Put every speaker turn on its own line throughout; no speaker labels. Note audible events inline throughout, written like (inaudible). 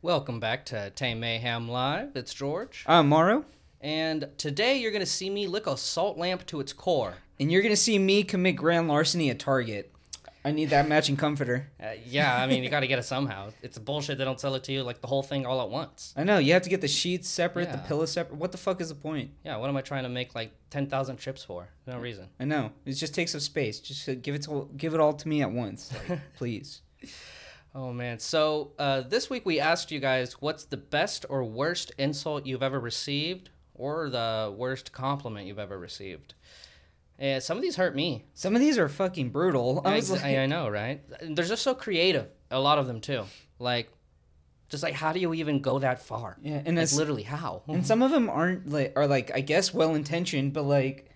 Welcome back to Tame Mayhem Live. It's George.
I'm Morrow,
And today you're going to see me lick a salt lamp to its core.
and you're gonna see me commit grand larceny at Target. I need that matching comforter.
Uh, yeah, I mean, you got to get it somehow. It's bullshit they don't sell it to you like the whole thing all at once.
I know you have to get the sheets separate, the
Yeah.
pillow separate. What the fuck is the point?
Yeah, what am I trying to make like 10,000 trips for? No reason.
I know it just takes up space. Just uh, give it to, give it all to me at once, (laughs) like, please.
Oh, man. So uh, this week we asked you guys what's the best or worst insult you've ever received or the worst compliment you've ever received. And some of these hurt me.
Some of these are fucking brutal. I
I,
was like,
I, I know, right? They're just so creative. A lot of them too. Like, just like how do you even go that far?
(laughs) yeah, and
That's
it's,
literally how.
(laughs) and some of them aren't like are like I guess well intentioned, but like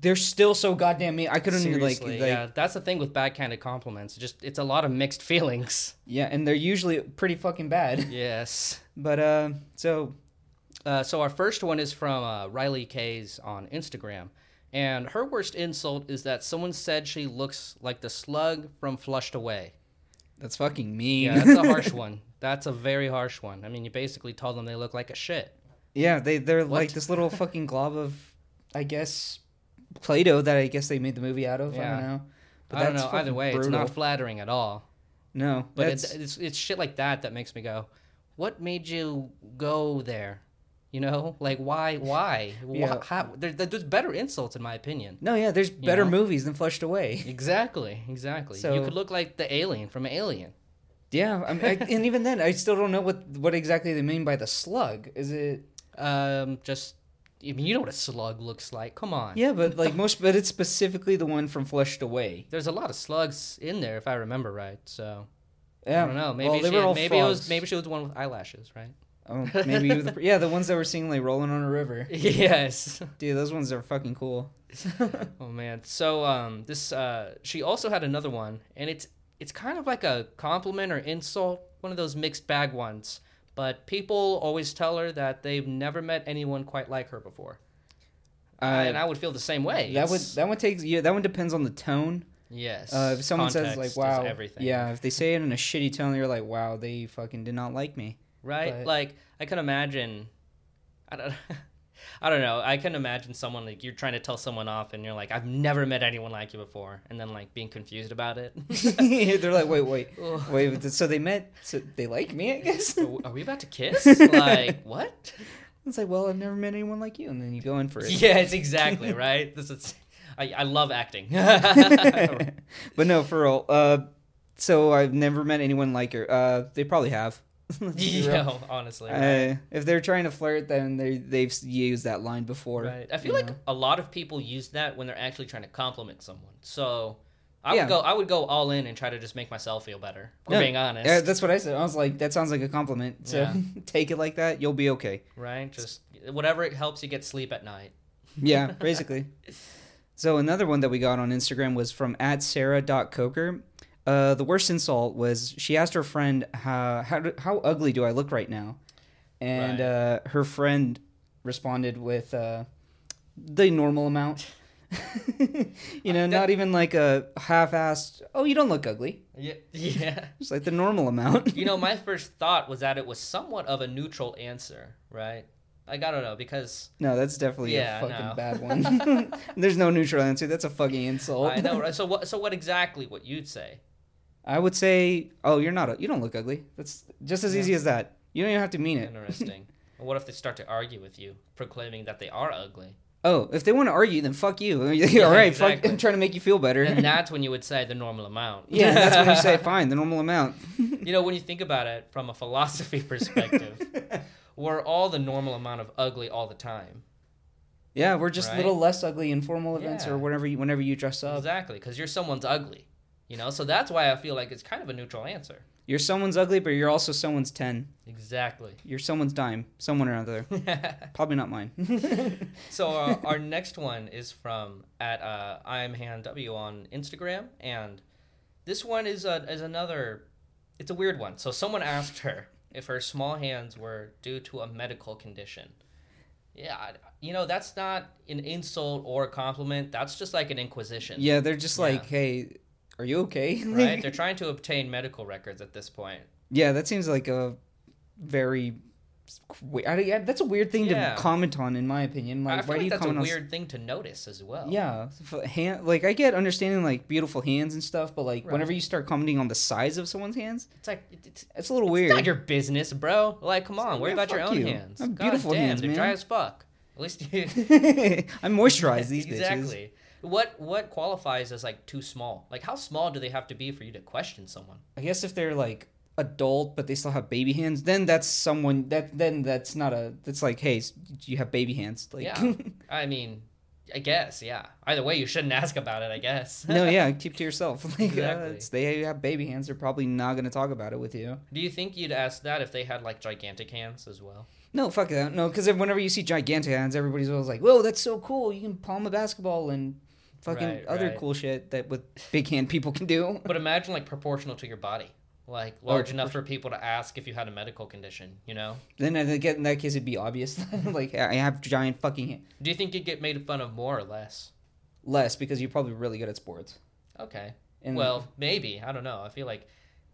they're still so goddamn me. I couldn't even like,
Seriously,
like
yeah. That's the thing with backhanded compliments. Just it's a lot of mixed (laughs) feelings.
yeah, and they're usually pretty fucking (laughs) bad.
yes.
But uh, so
Uh, so our first one is from uh, Riley Kays on Instagram, and her worst insult is that someone said she looks like the slug from Flushed Away.
that's fucking mean.
Yeah, that's a
(laughs)
harsh one. That's a very harsh one. I mean, you basically told them they look like a shit.
Yeah, they they're like this little fucking glob of, I guess, Play-Doh that I guess they made the movie out of. I
Yeah.
don't know.
I don't know. Either
fucking
way, it's
brutal.
not flattering at all.
no,
But
that's,
it's, it's it's shit like that that makes me go, what made you go there? You know, like why why?
Yeah.
Why how, there, there- there's better insults in my opinion.
no, yeah. There's better
know?
movies than
(laughs)
Flushed Away.
Exactly, exactly. you
So-
could look like the alien from Alien.
Yeah, I mean, I, and even then, I still don't know what what exactly they mean by the slug. Is it?
Um, just I mean, you know what a slug looks like. Come on.
Yeah, but like most, but it's specifically the one from Flushed Away.
There's a lot of slugs in there if I remember right. So
Yeah,
I don't know. Maybe
well, they
she
were all
maybe it was
frogs.
maybe she was the one with eyelashes, right? (laughs)
Oh, maybe you- yeah, the ones that were singing like "Rolling on a River."
yes.
Dude, those ones are fucking cool.
Oh man. So um this uh she also had another one and it's it's kind of like a compliment or insult, one of those mixed bag ones. But people always tell her that they've never met anyone quite like her before.
Uh,
and (laughs) I would feel the same way.
that would
It's-
that one takes yeah. That one depends on the tone.
Yes.
Uh, if someone says
Context
like
is
"Wow,"
everything.
yeah, if they say it in a shitty tone, you're like, "Wow, they fucking did not like me." (laughs)
Right?
but-
Like I can imagine I don't (laughs) I don't know. I can imagine someone like you're trying to tell someone off and you're like, I've never met anyone like you before and then like being confused about
(laughs)
it. (laughs)
They're like, "Wait, wait,
Ugh.
wait." but th- So they met. So they like me, I guess. (laughs)
Are we- are we about to kiss? like what?
It's like, well, I've never met anyone like you, and then you go in for it.
Yes, exactly. Right. This is. I, I love
(laughs)
acting. (laughs)
but no, for real. Uh, so I've never met anyone like her. Uh, they probably have. (laughs) Let's be
(laughs)
real.
Yo, honestly. Right.
Uh, if they're trying to flirt, then they they've s- used that line before.
Right. I feel
you
like
know?
a lot of people use that when they're actually trying to compliment someone. So I
Yeah.
would go. I would go all in and try to just make myself feel better. If We're
No,
being honest,
Yeah, that's what I said. I was like, that sounds like a compliment. So
Yeah.
(laughs) take it like that. You'll be okay.
right? Just whatever it helps you get sleep at night.
yeah, basically. So another one that we got on Instagram was from at sarah.coker. Uh, the worst insult was she asked her friend, how, how, do- how ugly do I look right now? And
Right.
uh, her friend responded with uh, the normal amount. (laughs) you know,
that-
not even like a half-assed, oh, you don't look ugly. (laughs)
Yeah. Yeah.
Just like the normal amount.
you know, my first thought was that it was somewhat of a neutral answer, right? Like I don't know because
(laughs) no, that's definitely
Yeah,
a fucking
no.
bad one. (laughs) There's no neutral answer. That's a fucking insult.
I
(laughs)
know. Right? So what? So what exactly? What you'd say?
I would say, oh, you're not. You don't look ugly. That's just as easy as that. You don't even have to mean it.
Interesting. Well, what if they start to argue with you, proclaiming that they are ugly?
oh, if they want to argue, then fuck you. (laughs) All right, fuck.
exactly.
I'm trying to make you feel better.
And that's when you would say the normal amount.
(laughs) yeah, that's when
(laughs)
you say fine, the normal amount.
You know, when you think about it from a
(laughs)
philosophy perspective, we're all the normal amount of ugly all the time.
yeah, we're just a
Right?
little less ugly in formal events
Yeah.
or whenever you, whenever you dress up.
Exactly, because you're someone's ugly. You know, so that's why I feel like it's kind of a neutral answer.
You're someone's ugly, but you're also someone's ten.
(laughs) Exactly.
You're someone's dime, someone or
(laughs)
another. Probably not mine. (laughs)
so our, our next one is from at uh, I'm Hand W on Instagram, and this one is a, is another. It's a weird one. So someone asked her if her small hands were due to a medical condition. Yeah, I- you know that's not an insult or a compliment. That's just like an inquisition,
yeah, they're just
Yeah.
like, hey, are you okay? (laughs)
right? They're trying to obtain medical records at this point.
yeah, that seems like a very. we- I, I- that's a weird thing
Yeah.
to comment on, in my opinion. Like,
I feel
why
like
do you
that's a
comment on?
weird thing to notice as well.
Yeah, f- hand like I get understanding like beautiful hands and stuff, but like
Right.
whenever you start commenting on the size of someone's hands,
It's like it- it's,
it's a little
it's
weird.
not your business, bro. Like, come on,
Yeah,
worry about your
fuck
own
you.
hands.
I have
God
beautiful
damn,
hands,
they're
man.
dry as fuck. At least
(laughs)
you
(laughs) I moisturize these
(laughs)
bitches.
exactly. What what qualifies as like too small? Like, how small do they have to be for you to question someone?
I guess if they're like adult but they still have baby hands, then that's someone that then that's not a that's like hey s- you have baby hands like (laughs)
Yeah. I mean, I guess yeah. Either way, you shouldn't ask about it. I guess.
no yeah keep to yourself (laughs) like
Exactly.
uh, it's- they have baby hands they're probably not gonna talk about it with you
(laughs) Do you think you'd ask that if they had like gigantic hands as well?
no fuck that no because whenever you see gigantic hands everybody's always like whoa that's so cool you can palm a basketball and fucking
Right,
other
right.
cool shit that with big hand people can do (laughs)
But imagine like proportional to your body, like
Oh,
large enough for people to ask if you had a medical condition. You know?
then I think in that case it'd be obvious (laughs) like I have giant fucking hand.
Do you think you'd get made fun of more or less?
less because you're probably really good at sports
Okay.
and
Well, maybe. I don't know. I feel like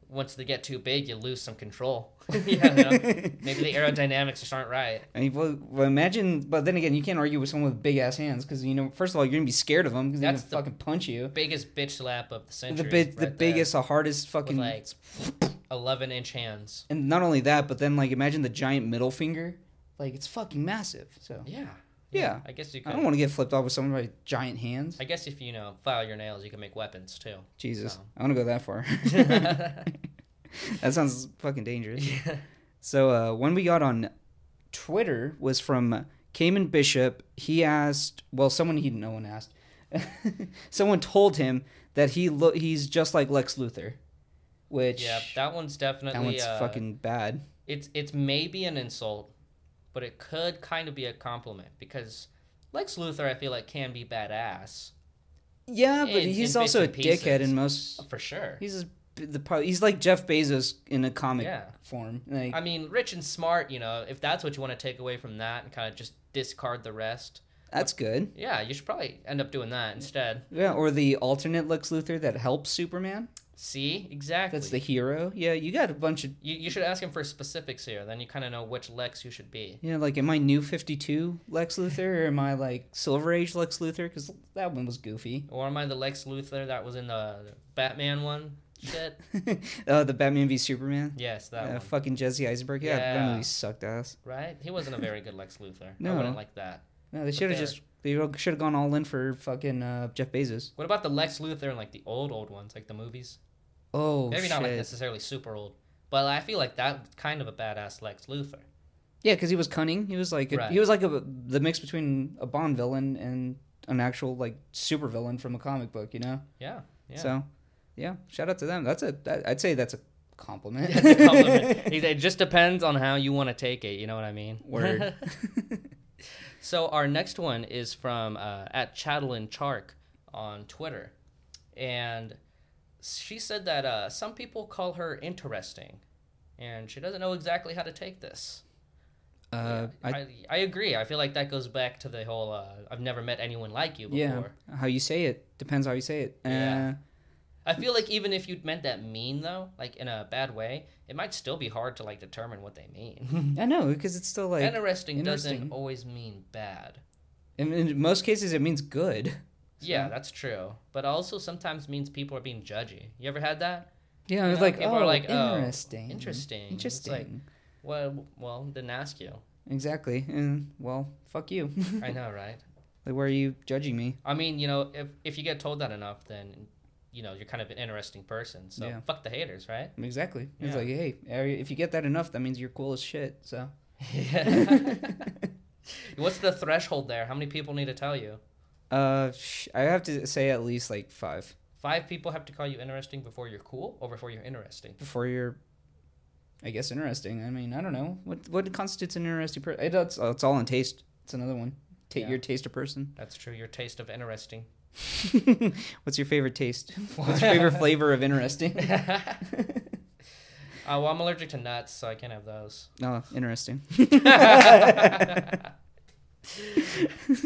once they get too big, you lose some
(laughs)
control. (laughs) yeah, I don't know. Maybe the aerodynamics just aren't right.
I mean, well, well, imagine, but then again, you can't argue with someone with big ass hands because you know, first of all, you're gonna be scared of them because they're gonna
That's the-
fucking punch you.
Biggest bitch slap of the
The
century.
big, the
right there,
biggest, the hardest
With
fucking,
like 11 inch hands.
and not only that, but then like imagine the giant middle finger, like it's fucking massive. So
Yeah.
Yeah.
I guess you
I
could.
don't want to get flipped off with someone with giant hands.
I guess if you, you know file your nails, you can make weapons
(laughs)
too.
Jesus,
Oh.
I want to go
(laughs)
that far. (laughs) that sounds fucking dangerous.
Yeah.
So uh, one we got on Twitter was from Cayman Bishop. He asked, well, someone he no one asked. (laughs) someone told him that he lo- he's just like Lex Luthor, which
Yeah, that one's definitely.
that one's
uh,
fucking bad.
It's it's maybe an insult, but it could kind of be a compliment because Lex Luthor, I feel like, can be badass
Yeah, but
in- in
he's
bits
also a
and pieces.
dickhead in most.
for sure.
He's a, the pro- he's like Jeff Bezos in a comic
Yeah.
form. Like,
I mean, rich and smart, you know, if that's what you want to take away from that and kind of just discard the rest,
that's good.
yeah, you should probably end up doing that instead.
Yeah, or the alternate Lex Luthor that helps Superman.
See? Exactly.
That's the hero. Yeah, you got a bunch of
you, you should ask him for specifics here. Then you kind of know which Lex you should be.
Yeah, like am I new 52 Lex Luthor or am I like Silver Age Lex Luthor? Because that one was goofy. (laughs)
Or am I the Lex Luthor that was in the Batman one? Shit.
(laughs) uh, the Batman v Superman.
yes, that
Uh,
one.
fucking Jesse Eisenberg. Yeah, that
Yeah.
movie sucked ass.
Right? He wasn't a very good Lex Luthor. I
No.
wouldn't like that.
No, they should have
there-
just they should have gone all in for fucking uh, Jeff Bezos.
What about the Lex Luthor and like the old old ones, like the movies?
Oh
Maybe
shit.
not like necessarily super old, but I feel like that was kind of a badass Lex Luthor.
Yeah, because he was cunning. He was like a,
Right.
he was like a, the mix between a Bond villain and an actual like super villain from a comic book. You know.
Yeah, yeah.
So, yeah, shout out to them. That's a that, I'd say that's a
(laughs)
compliment.
That's a
(laughs)
compliment. (laughs) it it just depends on how you want to take it. You know what I mean?
Word.
(laughs) so our next one is from uh, at Chatlin Chark on Twitter, and she said that uh, some people call her interesting, and she doesn't know exactly how to take this.
uh,
I,
I
I, agree. I feel like that goes back to the whole uh, I've never met anyone like you before.
Yeah, how you say it depends how you say it. Uh,
Yeah. I feel like even if you meant that mean though, like in a bad way, it might still be hard to like determine what they mean. (laughs)
I know because it's still like
interesting, doesn't
interesting.
always mean bad.
in, in most cases it means good.
Yeah, that's true. But also sometimes means people are being judgy. You ever had that?
Yeah,
You
it's
know,
like
people
oh,
are like, oh,
interesting,
interesting. It's
interesting.
like- Well, well, didn't ask you.
exactly. And well, fuck you. (laughs)
I know, (laughs) right?
like, why are you judging me?
I mean, you know, if if you get told that enough, then you know you're kind of an interesting person. So
Yeah.
fuck the haters, right?
(laughs)
(laughs)
Exactly.
Yeah.
It's like, hey, are you- if you get that enough, that means you're cool as shit.
(laughs)
So (laughs)
Yeah. What's the threshold there? How many people need to tell you?
uh, sh- I have to say at least like five
Five people have to call you interesting before you're cool or before you're interesting.
before you're. I guess interesting. I mean, I don't know what what constitutes an interesting person. It's, it's all in taste. It's another one. Ta-
Yeah.
Your taste of person. (laughs)
That's true. Your taste of interesting. (laughs)
What's your favorite taste? What's your favorite flavor of interesting? (laughs)
uh, well, I'm allergic to nuts, so I can't have those.
Oh, interesting. (laughs)
right?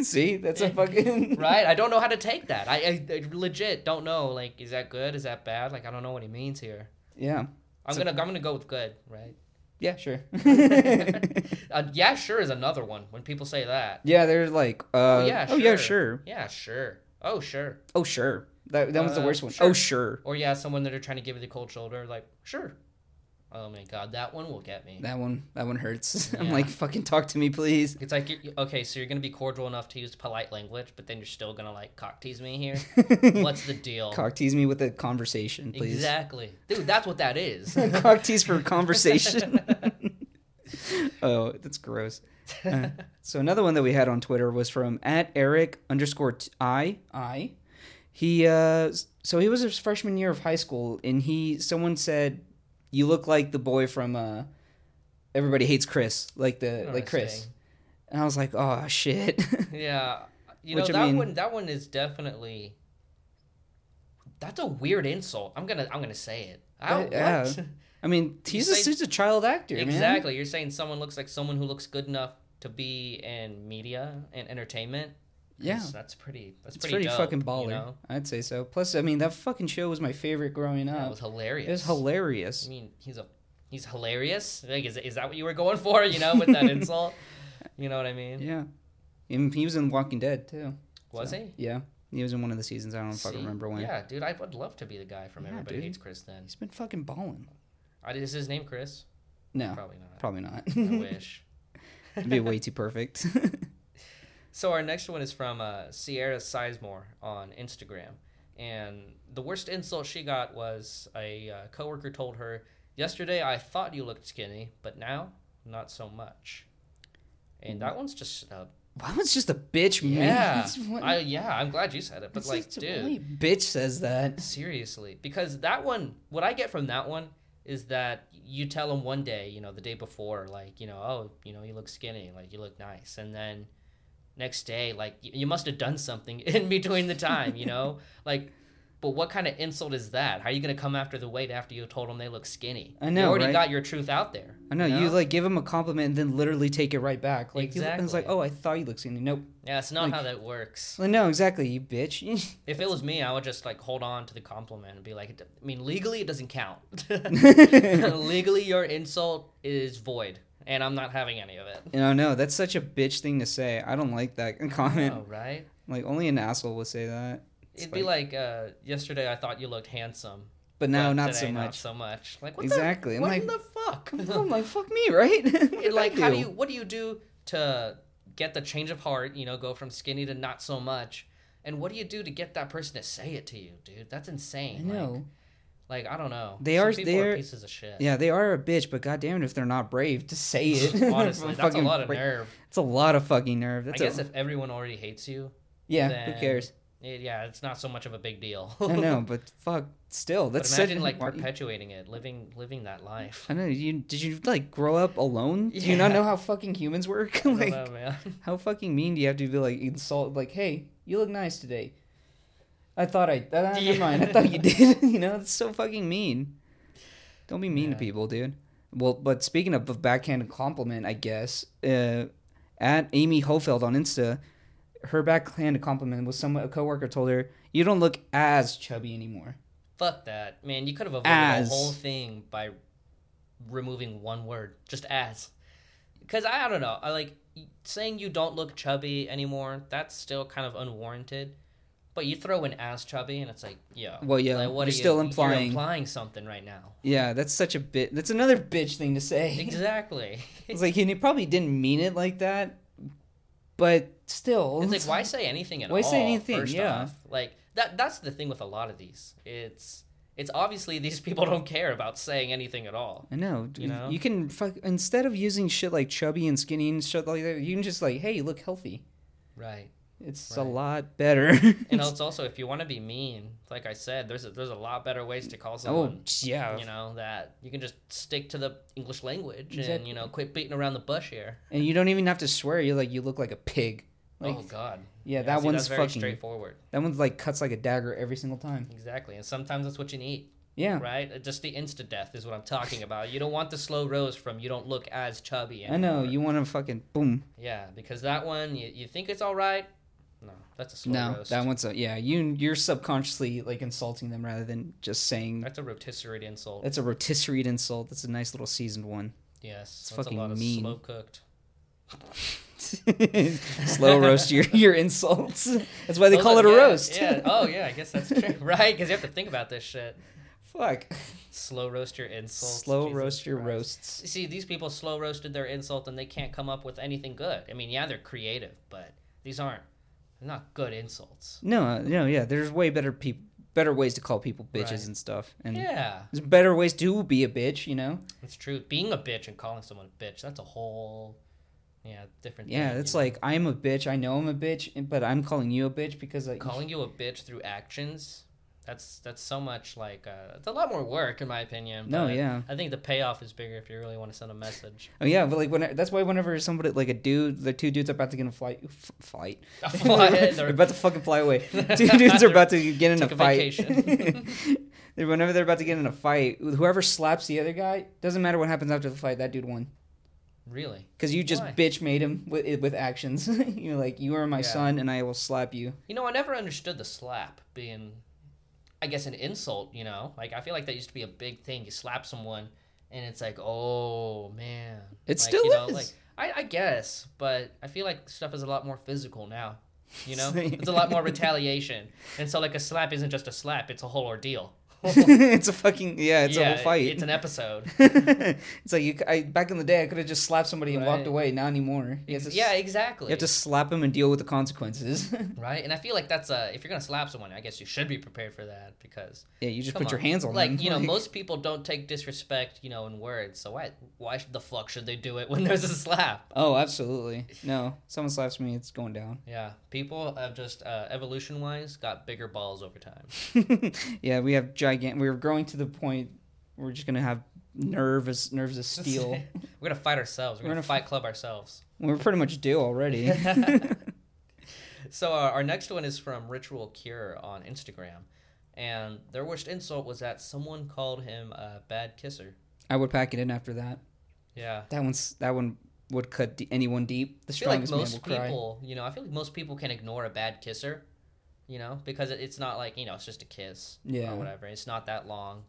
See, that's
(laughs)
a fucking
I don't know how to take that. I, I, I legit don't know. Like, is that good? Is that bad? Like, I don't know what he means here.
yeah.
I'm
So-
gonna I'm gonna go with good, right?
yeah, sure. (laughs)
Uh, yeah, sure is another one when people say that.
yeah, they're like, uh, oh,
yeah,
yeah,
sure.
sure.
Yeah, sure. Oh, sure.
Oh, sure. That, that was the
Uh,
worst one.
sure.
Oh, sure.
Or yeah, someone that are trying to give you the cold shoulder, like sure. Oh my god, that one will get me.
That one, that one hurts. (laughs) I'm
Yeah.
like, fucking talk to me, please.
It's like you- okay, so you're gonna be cordial enough to use polite language, but then you're still gonna like cock tease me
(laughs)
here. What's the deal?
Cock tease me with a conversation, please.
exactly, dude. That's what that
(laughs)
is.
Cock tease for conversation. (laughs) oh, that's gross. Uh, so another one that we had on Twitter was from at Eric underscore t- I I. He uh, s- so he was his freshman year of high school, and he someone said, "You look like the boy from uh, Everybody Hates Chris, like the like Chris."
Interesting.
And I was like, "Oh shit." (laughs)
Yeah, you
Which, I
know that
mean-
one. That one is definitely. That's a weird insult. I'm gonna I'm gonna say it. I,
That- yeah.
what?
I mean, he's
say-
a, he's a
(laughs)
child actor, man.
Exactly. You're saying someone looks like someone who looks good enough to be in media and entertainment. 'Cause
Yeah.
that's pretty. That's
It's
pretty,
pretty
dope,
fucking
you
baller.
know?
I'd say so. Plus, I mean, that fucking show was my favorite growing
That
up.
was hilarious.
It was hilarious.
I mean, he's a he's hilarious. Like, is is that what you were going for? You know, with
(laughs)
that insult. You know what I mean?
Yeah. And he was in Walking Dead too.
Was
so-
he?
Yeah. He was in one of the seasons. I don't fucking
See?
remember when.
Yeah, dude, I would love to be the guy from
Yeah,
Everybody
dude.
Hates Chris. Then
He's been fucking balling.
I, is his name Chris?
No,
(laughs) Probably
(laughs)
not.
probably not.
I wish.
It'd be way too perfect. (laughs)
So our next one is from uh, Sierra Sizemore on Instagram, and the worst insult she got was a uh, coworker told her, "Yesterday I thought you looked skinny, but now not so much." And that one's just uh,
Why was just a bitch, man?
yeah,
It's one-
I, yeah. I'm glad you said it, but
it's
like,
the
dude,
only bitch says that.
seriously, because that one, what I get from that one is that you tell them one day, you know, the day before, like, you know, oh, you know, you look skinny, like you look nice, and then next day, like, y- you must have done something (laughs) in between the time, you
(laughs)
know, like. But what kind of insult is that? How are you gonna come after the weight after you told them they look skinny?
I know,
You already
right?
got your truth out there.
I know you like give him a compliment and then literally take it right back. Like you, it's like,
Exactly.
oh, I thought you looked skinny. Nope.
Yeah, it's not
like-
how that works.
Well, no, exactly. You bitch. (laughs)
If it was me, I would just like hold on to the compliment and be like, I mean, legally it doesn't
(laughs)
count. (laughs) legally, your insult is void, and I'm not having any of it.
no, no, that's such a bitch thing to say. I don't like that comment.
Oh, right?
Like only an asshole would say that. It's
It'd be like uh, yesterday. I thought you looked handsome.
but no,
but
not
today,
so
Not
much.
so much. Like what
Exactly.
The,
I'm
what
like-
in the fuck?
(laughs)
(laughs)
I'm like, fuck me, (laughs) right? What did
It, like,
I
how do you? What do you do to get the change of heart? You know, go from skinny to not so much. And what do you do to get that person to say it to you, dude? That's insane.
I know.
Like, like, I don't know.
They
Some
are-
people
they
are
are-
pieces of shit.
yeah, they are a bitch, but goddamn it if they're not brave to say (laughs)
(laughs)
it.
Honestly, that's a
Fucking
lot of
bra-
nerve.
It's a lot of fucking nerve. That's
I guess
a,
if everyone already hates you,
yeah.
then- (laughs)
Who cares?
it, yeah, it's not so much of a big deal.
I know, but fuck,
(laughs)
still,
but
that's
imagine
such,
like
why-
perpetuating it, living living that life.
I know. You did you like grow up alone? Do you not
Yeah.
know how fucking humans work?
I
(laughs)
don't
(laughs) like,
know, man. (laughs)
how fucking mean do you have to be like insult? Like, hey, you look nice today. I thought I. Uh, Never
Yeah.
mind. I thought
(laughs)
you did. (laughs) you know, it's so fucking mean. Don't be mean to
Yeah.
people, dude. Well, but speaking of a backhanded compliment, I guess uh, at Amy Hofeld on Insta, her backhanded compliment was someone a coworker told her, "You don't look as chubby anymore."
Fuck that, man. You could have avoided
As.
the whole thing by removing one word, just as. Because I, I don't know, I like saying you don't look chubby anymore. That's still kind of unwarranted. But you throw an as chubby, and it's like, yo.
Well, yeah,
like,
you're
are
still
You're
implying-
implying something right
(laughs)
now.
Yeah, that's such a bit. That's another bitch thing to say. (laughs)
Exactly. (laughs)
It's like, and he probably didn't mean it like that, but still,
It's like why say anything at
Why
all?
say anything?
First
Yeah.
off. like that. That's the thing with a lot of these. It's it's obviously (laughs) these people don't care about saying anything at all.
I know. You,
know?
you can fuck instead of using shit like chubby and skinny and shit like that. You can just like, hey, you look healthy.
Right.
It's a
Right.
lot better.
(laughs) And it's also if you want to be mean, like I said, there's a, there's a lot better ways to call
oh
someone.
yeah,
You know that you can just stick to the English language and
Exactly.
you know quit beating around the bush here.
(laughs) and you don't even have to swear. You're like, you look like a pig. Like
oh God.
yeah, that
see,
one's
that's very
fucking-
straightforward.
that one's like cuts like a dagger every single time.
Exactly, and sometimes that's what you need,
Yeah,
right? Uh, Just the instant death is what I'm talking about. You don't want the slow rose from you don't look as chubby.
I know.
anymore.
You want to fucking boom.
Yeah, because that one you, you think it's all right. No, that's a slow
no,
roast.
that one's a yeah. You you're subconsciously like insulting them rather than just saying.
That's a rotisserie insult.
That's a rotisserie insult. That's a nice little seasoned one. (laughs)
Yes,
It's
that's
fucking
a lot of
mean.
slow cooked.
Slow roast your, your insults. (laughs) That's why they
Those
call
are-
it a
yeah,
roast. (laughs)
yeah. Oh yeah, I guess that's true, (laughs) right? Because you have to think about this shit.
Fuck. (laughs)
Slow roast your insults.
Slow
Jesus
roast your
Christ.
roasts.
See, these people slow roasted their insult, and they can't come up with anything good. I mean, yeah, they're creative, but these aren't. They're not good insults.
No, uh, no, yeah. There's way better peop better ways to call people bitches
Right.
and stuff. And
Yeah,
there's better ways to be a bitch, you know?
it's true. Being a bitch and calling someone a bitch—that's a whole, yeah, different.
Yeah,
thing,
it's
you know?
like I'm a bitch. I know I'm a bitch, but I'm calling you a bitch because I
calling you a bitch through actions. That's that's so much like uh, it's a lot more work in my opinion.
No,
but
yeah.
I think the payoff is bigger if you really want to send a message. (laughs)
Oh yeah, but like when that's why whenever somebody like a dude, the two dudes are about to get in a flight, f- fight. (laughs) they're about to fucking fly away. Two dudes are about to get in a
(laughs) Took a
fight.
vacation.
Then whenever (laughs) they're about to get in a fight, whoever slaps the other guy doesn't matter what happens after the fight. That dude won
really.
because you just
Why?
bitch made him with, with actions. (laughs) You're like, you are my
Yeah.
son, and I will slap you.
(laughs) You know, I never understood the slap being, I guess, an insult. You know, like I feel like that used to be a big thing. You slap someone, and it's like, oh man.
It
like,
still
you know,
is.
Like I, I guess, but I feel like stuff is a lot more physical now. You
(laughs)
know, it's a lot more retaliation, and so like a slap isn't just a slap; it's a whole ordeal.
(laughs) it's a fucking yeah. It's
Yeah,
a whole fight. (laughs)
It's an episode.
it's like you. c I back in the day, I could have just slapped somebody and walked
Right.
away. Not anymore. You have to s-
yeah, exactly.
You have to slap him and deal with the consequences. (laughs)
right, and I feel like that's uh, if you're gonna slap someone, I guess you should be prepared for that because
yeah, you just
come
put your
on.
hands on
like
them.
you
(laughs)
know most people don't take disrespect you know in words, so why why should the fuck should they do it when there's a slap?
Oh, absolutely. No, someone slaps me, it's going down. (laughs)
Yeah, people have just uh, evolution wise got bigger balls over time.
yeah, we have gigantic. We're growing to the point we're just gonna have nerves,
(laughs)
nerves of (laughs) steel.
We're gonna fight ourselves. We're,
We're
gonna,
gonna
fight club ourselves.
we're pretty much
(laughs)
due already. (laughs)
So uh, our next one is from Ritual Cure on Instagram, and their worst insult was that someone called him a bad kisser.
I would pack it in after that.
Yeah,
That one's that one would cut de- anyone deep. The
I feel like
strongest
most
man will cry.
people, you know, I feel like most people can ignore a bad kisser, you know, because it- it's not like you know, it's just a kiss
Yeah.
or whatever. It's not that long,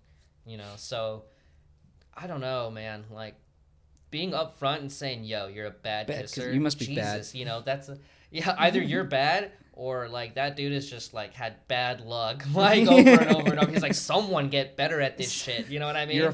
you know. So I don't know, man. Like being upfront and saying, "Yo, you're a bad,
Bad
kisser.
kisser. You must be bad."
Jesus, You know, that's a, yeah. Either you're bad or like that dude is just like had bad luck, (laughs) like over and over and over. He's like, someone get better at
(laughs)
this shit. You know what I mean?
You're a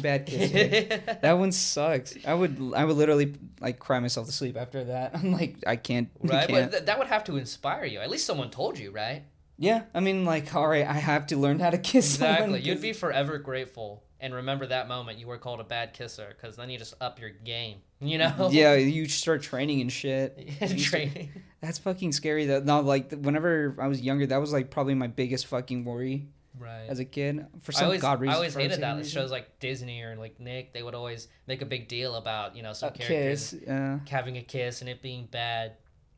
(laughs)
bad kisser. that one sucks. I would I would literally like cry myself to sleep after that. (laughs) I'm like I can't. I
Right,
can't.
but th- that would have to inspire you. At least someone told you, right?
Yeah, I mean, like, all right, I have to learn how to kiss. (laughs) someone
Exactly.
'cause-
You'd be forever grateful and remember that moment you were called a bad kisser because then you just up your game, you (laughs) know?
(laughs) Yeah, you start training and shit.
Training.
That's fucking scary. Though. No, like th- whenever I was younger, that was like probably my biggest fucking worry
Right.
as a kid. For
I
some
always,
god reason,
I always
for some
hated that. Like,
reason.
Shows like Disney or like Nick, they would always make a big deal about, you know, some
A
characters
kiss. Uh,
having a kiss and it being bad,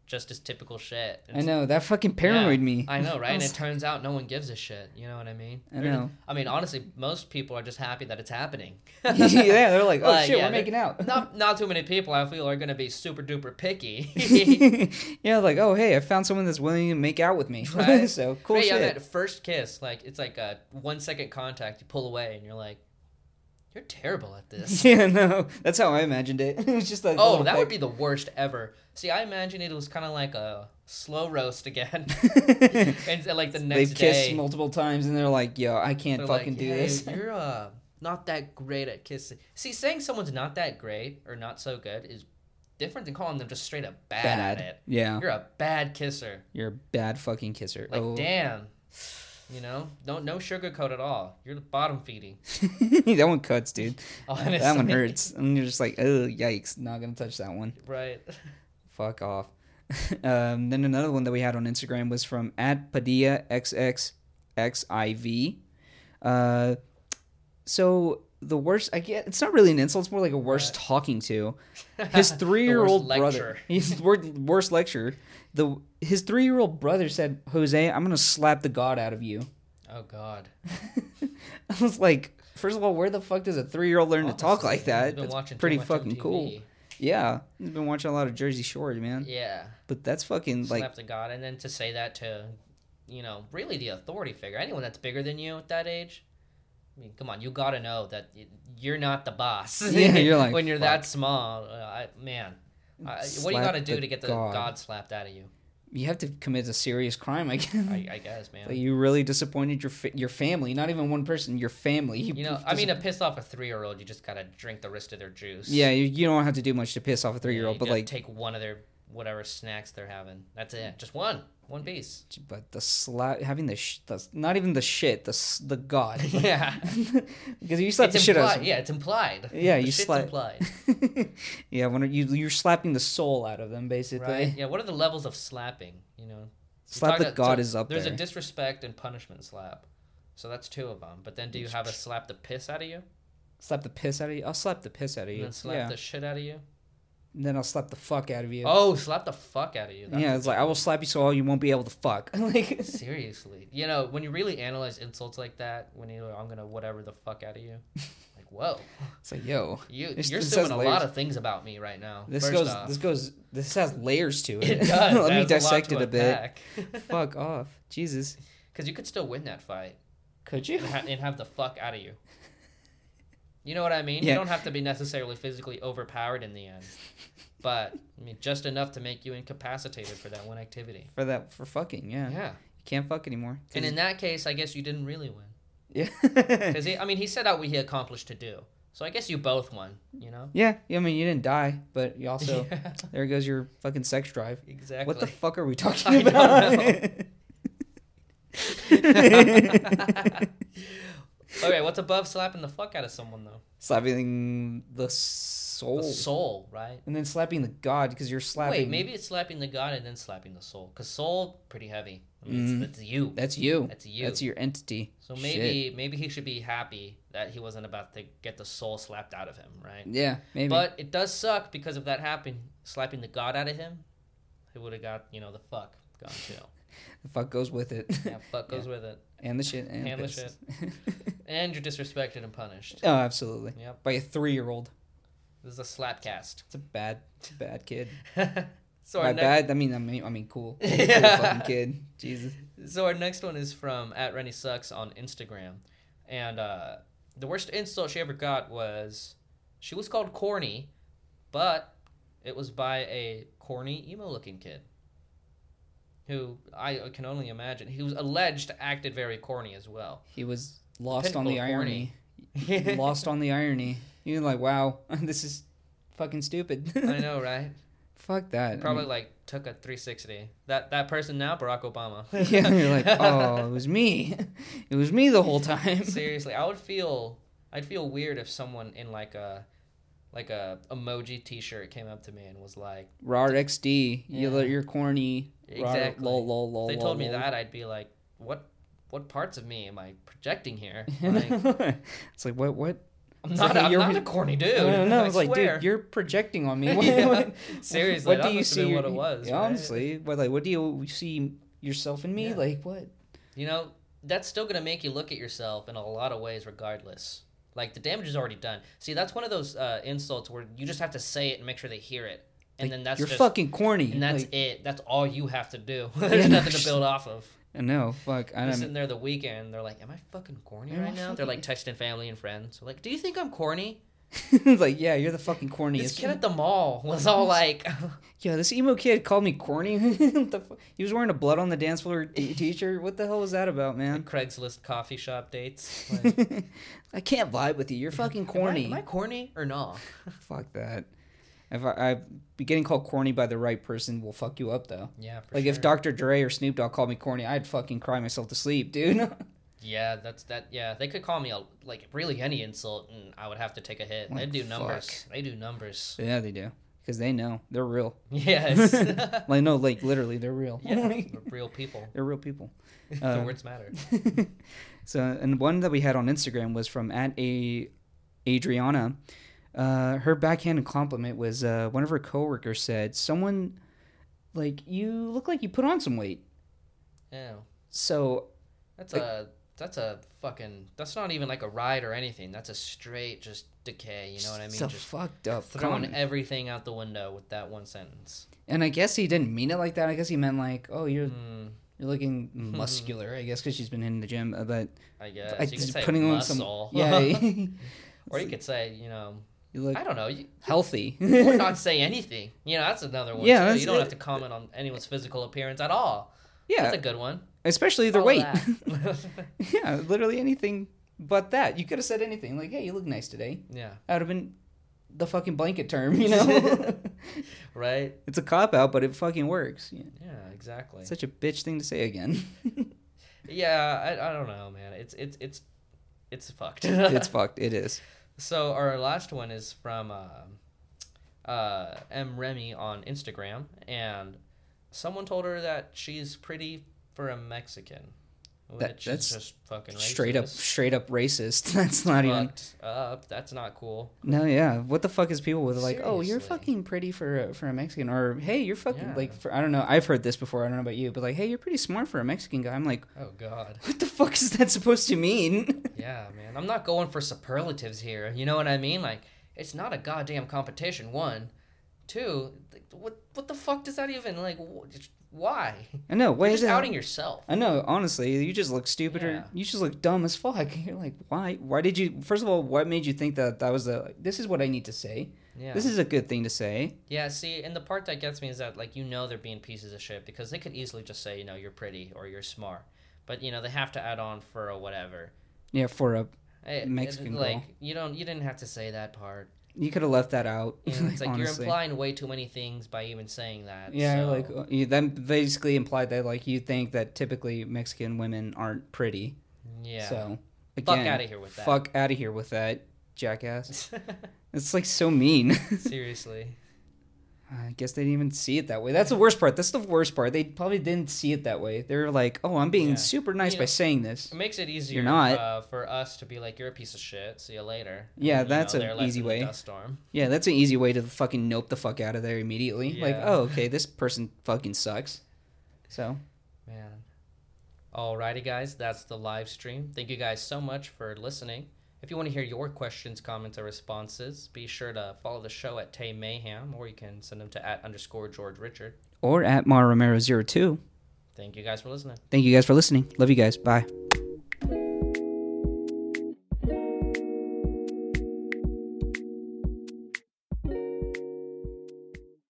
just as typical shit.
I
It's-
know that fucking paranoid
Yeah,
me.
I know, right?
(laughs)
And
was
it turns out no one gives a shit. You know what I mean?
I
They're just-
know.
I mean, honestly, most people are just happy that it's happening. (laughs)
(laughs) yeah, they're like, oh
Like,
shit,
yeah, they're-
we're making
(laughs)
out. (laughs)
not not too many people I feel are gonna be super duper picky. (laughs)
yeah, like, oh hey, I found someone that's willing to make out with me. (laughs)
Right.
so (laughs) cool
right,
shit.
on
(laughs)
that first kiss, like it's like a one second contact. You pull away and you're like, you're terrible at
(laughs)
this.
Yeah, no, that's how I imagined it. (laughs) it was just like,
oh, that would be the worst ever. See, I imagine it was kind of like a slow roast
(laughs)
again, (laughs)
be.
and so, like the
They've
next
kissed
day,
multiple times and they're like, yo, I can't
they're like,
fucking do
"Yeah,
this. (laughs)
You're uh, not that great at kissing. See, saying someone's not that great or not so good is different than calling them just straight up bad, at it.
Yeah.
You're a bad kisser.
You're a bad fucking kisser.
Like
oh.
damn. You know, no no sugarcoat at all. You're the bottom feeding. (laughs)
(laughs) that one cuts, dude.
Honestly.
That one hurts. And you're just like, oh, yikes. Not going to touch that one. (laughs)
Right.
Fuck off. (laughs) um, then another one that we had on Instagram was from at Padilla XXXIV. Uh, so the worst, I get, it's not really an insult. It's more like a worst talking
(laughs)
to. His
The
three-year-old
worst
brother.
lecturer.
(laughs) His wor- worst lecture. The his three-year-old brother said, "Jose, I'm gonna slap the god out of you." (laughs)
Oh god.
I was like, first of all, where the fuck does a three-year-old learn to talk
Honestly,
like
I've
that?
been
That's
watching too
pretty
much
fucking
MTV.
cool. Yeah, he's been watching a lot of Jersey Shore, man.
Yeah.
But that's fucking
Slap
like,
to God. And then to say that to you know, really the authority figure. Anyone that's bigger than you at that age I mean, come on, you gotta know that y- you're not the boss.
(laughs)
(laughs)
Yeah, you're like,
when you're that
"Fuck."
small, uh, I, man. I, what do you
Slap
gotta do
the
to get the
god.
god. slapped out of you?
You have to commit a serious crime, (laughs) I guess.
I, I guess, man.
Like, you really disappointed your fa- your family, not even one person, your family.
you know, I mean, to piss off a three year old, you just gotta drink the rest of their juice.
yeah, you, you don't have to do much to piss off a three year old,
You
but
just
like,
take one of their whatever snacks they're having. That's it. Just one, one
(laughs)
piece.
but the slap, having the, sh- the not even the shit, the s-
(laughs)
the god,
Yeah,
(laughs) because you slap the
It's
shit out.
implied- Yeah, it's implied.
Yeah,
The
you
shit's
sla- (laughs)
implied.
of some- yeah, when you you're slapping the soul out of them, basically.
Right? Yeah, what are the levels of slapping? You know, You
Slap
talk
the
about-
god
so
is up
There's
there.
a disrespect and punishment slap, so that's two of them. But then, do you have a slap the piss out of you,
(laughs) slap the piss out of you. I'll slap the piss out of
and
you.
then slap
yeah.
the shit out of you?
And then I'll slap the fuck out of you.
Oh, slap the fuck out of you. That's
yeah, it's like I will slap you so all you won't be able to fuck. (laughs) like,
seriously. You know, when you really analyze insults like that, when you're like, I'm gonna whatever the fuck out of you, like whoa,
it's like yo,
you
It's-
you're
it says
assuming a
layers.
lot of things about me right now.
this
First
goes,
off.
this goes, this has layers to
(laughs)
it.
it does.
(laughs) Let me
That's lot
dissect
to
it a bit.
(laughs) unpack.
fuck off, Jesus.
Because you could still win that fight
Could you?
and, ha- and have the fuck out of you. You know what I mean?
Yeah.
You don't have to be necessarily physically overpowered in the end, but I mean just enough to make you incapacitated for that one activity.
(laughs) For that, for fucking, yeah.
Yeah.
You can't fuck anymore. 'Cause
And in that case, I guess you didn't really win
it's- (laughs) yeah,
because I mean he set out what he accomplished to do. So I guess you both won. You know.
(laughs) yeah. I mean, you didn't die,
(laughs)
but you (laughs) also
Yeah,
there goes your fucking sex drive.
exactly.
What the
(laughs)
fuck are we
I
talking
don't
about? (laughs)
okay, what's above slapping the fuck out of someone though?
slapping the soul.
The soul, right?
and then slapping the god because you're slapping.
Wait, maybe it's slapping the god and then slapping the soul. Because soul, pretty heavy. I mean,
Mm.
it's, that's you.
that's you.
That's you.
That's your entity.
So
Shit.
maybe maybe he should be happy that he wasn't about to get the soul slapped out of him, right?
Yeah, maybe.
But it does suck because if that happened, slapping the god out of him, he would have got, you know, the fuck gone too.
(laughs) the fuck goes with it.
Yeah, fuck goes with it.
and the shit. And,
And the
piss.
And you're disrespected and punished.
(laughs) oh, absolutely.
Yep.
By a three-year-old.
This is a slap cast.
It's a bad, it's a bad kid.
(laughs) so,
By
our next,
bad, I mean, I mean, I mean,
(laughs)
cool.
Yeah.
Cool fucking kid. Jesus.
so our next one is from at Rennie Sucks on Instagram. And uh, the worst insult she ever got was she was called corny, but it was by a corny emo looking kid who I can only imagine. He was alleged to acted very corny as well.
He was lost on
pinnacle
the
of
irony.
corny. (laughs)
lost on the irony. You're like, wow, (laughs) this is fucking stupid.
I know, right?
(laughs) Fuck that. I
Probably
mean-
like took a 360. That that person now, Barack Obama.
(laughs) (laughs) yeah,
(laughs)
you're like, oh, it was me. It was me the whole time.
Seriously, I would feel I'd feel weird if someone in like a like a emoji T-shirt came up to me and was like,
Raw XD. You
Yeah.
look You're corny. Rar,
Exactly.
lol, lol, lol,
if they
lol,
told me
lol.
that, I'd be like, what what parts of me am I projecting
(laughs)
here? Like,
it's like what? What?
I'm
It's
not
like,
a, I'm
you're-
not a corny dude.
no, no, no.
(laughs) I
It's like,
swear.
dude, you're projecting on
(laughs)
me. What,
Yeah.
(laughs) what-
Seriously,
what
that
do you
must
see?
have been what
your-
it was,
yeah,
right?
honestly, but like, what do you see yourself in me?
Yeah.
Like, what?
you know that's still gonna make you look at yourself in a lot of ways, regardless. Like the damage is already done. See, that's one of those uh, insults where you just have to say it and make sure they hear it, and then that's
you're
just,
fucking corny.
And that's
Like,
it. That's all you have to do. (laughs)
Yeah,
There's
no,
nothing to build off of.
I know. Fuck. I
You're
don't.
sitting there the weekend. They're like, "Am I fucking corny
Am I
right now?" They're like
fucking-
texting family and friends. They're like, "Do you think I'm corny?"
(laughs) It's like, yeah, you're the fucking corniest.
This kid at the mall was all like,
(laughs)
(laughs)
Yeah, this emo kid called me corny. (laughs) What the fu- he was wearing a blood on the dance floor t- t-shirt. What the hell was that about, man?
"Craigslist coffee shop dates."
(laughs)
Like, am
I can't vibe with you. You're fucking
I-
corny.
(laughs) Am I, corny or not?
Fuck that. If I, I be getting called corny by the right person, will fuck you up though.
Yeah. For
Like if
sure.
Dr. Dre or Snoop Dogg called me corny, I'd fucking cry myself to sleep, dude. (laughs)
Yeah, that's that. Yeah, they could call me a, like really any insult, and I would have to take a hit.
Like,
they do numbers. They do numbers.
(laughs) yeah, they do because they know they're real. (laughs)
Yes. (laughs)
Like no, like literally, they're real. (laughs)
yeah, we're real people.
they're real people. (laughs)
the
Uh,
words matter.
so, and one that we had on Instagram was from at a Adriana. Uh, her backhanded compliment was uh, one of her coworkers said, "Someone like you look like you put on some weight."
Yeah.
So
That's
Like-
a that's a fucking that's not even like a ride or anything. That's a straight just decay. You know what I mean?
It's a
Just e-
fucked up
throwing
comment.
everything out the window with that one sentence.
and I guess he didn't mean it like that. I guess he meant like, "Oh, you're
Mm,
You're
(laughs)
looking muscular, I guess, because she's been in the gym. uh, But
I guess.
I
you could
just
say
putting on
(laughs)
some-
muscle.
yeah, (laughs)
or you could say, you know,
you look
I Oh don't know. You, (laughs)
healthy.
or not say anything. You know, that's another one.
Yeah,
too.
that's
you don't
it.
have to comment on anyone's physical appearance at all.
(laughs) yeah,
That's a good one.
especially their
Follow
weight.
that.
(laughs)
(laughs)
yeah, literally anything but that. You could have said anything like, "Hey, you look nice today."
yeah,
That would have been the fucking blanket term,
(laughs)
you know. (laughs)
right?
it's a cop out, but it fucking works. Yeah.
Yeah, exactly.
Such a bitch thing to
(laughs)
say again.
yeah, I, I don't know, man. It's it's it's it's fucked.
it's fucked. It is.
So our last one is from uh, uh, M Remy on Instagram, and someone told her that she's pretty for a Mexican, which
That- that's
is just fucking racist.
Straight up, straight up racist. (laughs) That's not even.
Fucked up. That's not cool.
No, yeah. What the fuck is people with like? Oh, you're
Seriously.
fucking pretty for a, for a Mexican, or hey, you're fucking
Yeah.
like for, I don't know. I've heard this before. I don't know about you, but like, hey, you're pretty smart for a Mexican guy. I'm like,
Oh God. (laughs)
what the fuck is that supposed to mean? (laughs)
Yeah, man. I'm not going for superlatives here. You know what I mean? Like, it's not a goddamn competition. One, two. like, What what the fuck does that even like? wh- just- Why?
I know. Why
You're
is
just
that?
outing yourself.
I know, honestly, you just look stupid
Yeah.
or you just look dumb as fuck. (laughs) You're like, why? Why did you? First of all, what made you think that that was the? This is what I need to say.
Yeah.
This is a good thing to say.
yeah. See, and the part that gets me is that like you know they're being pieces of shit because they could easily just say you know you're pretty or you're smart, but you know they have to add on for a whatever.
Yeah, for a
Eh, eh,
Mexican girl.
like you don't you didn't have to say that
(laughs)
part.
you could have left that out. (laughs)
You know, it's like you're
honestly.
implying way too many things by even saying that.
Yeah,
so-
like uh, you, that basically implied that like you think that typically Mexican women aren't pretty.
yeah.
So
Fuck
again,
out of here with that.
fuck out of here with that, jackass. it's like so mean.
(laughs)
(laughs)
Seriously.
I guess they didn't even see it that way. That's the worst part. That's the worst part. They probably didn't see it that way. They were like, "Oh, I'm being
Yeah.
super nice
You
by
know,
saying this."
It makes it easier
not.
Uh, for us to be like, you're a piece of shit. See you later.
Yeah,
And, you
that's a
they're left
easy
in the
way.
Dust storm.
Yeah, that's an easy way to fucking nope the fuck out of there immediately. Like,
Yeah.
"Oh, okay, this person fucking sucks." So,
Man. Alrighty, guys, that's the live stream. Thank you guys so much for listening. If you want to hear your questions, comments, or responses, be sure to follow the show at Tay Mayhem, or you can send them to at underscore George Richard.
or at Mar Romero 02.
Thank you guys for listening.
Thank you guys for listening. Love you guys. Bye.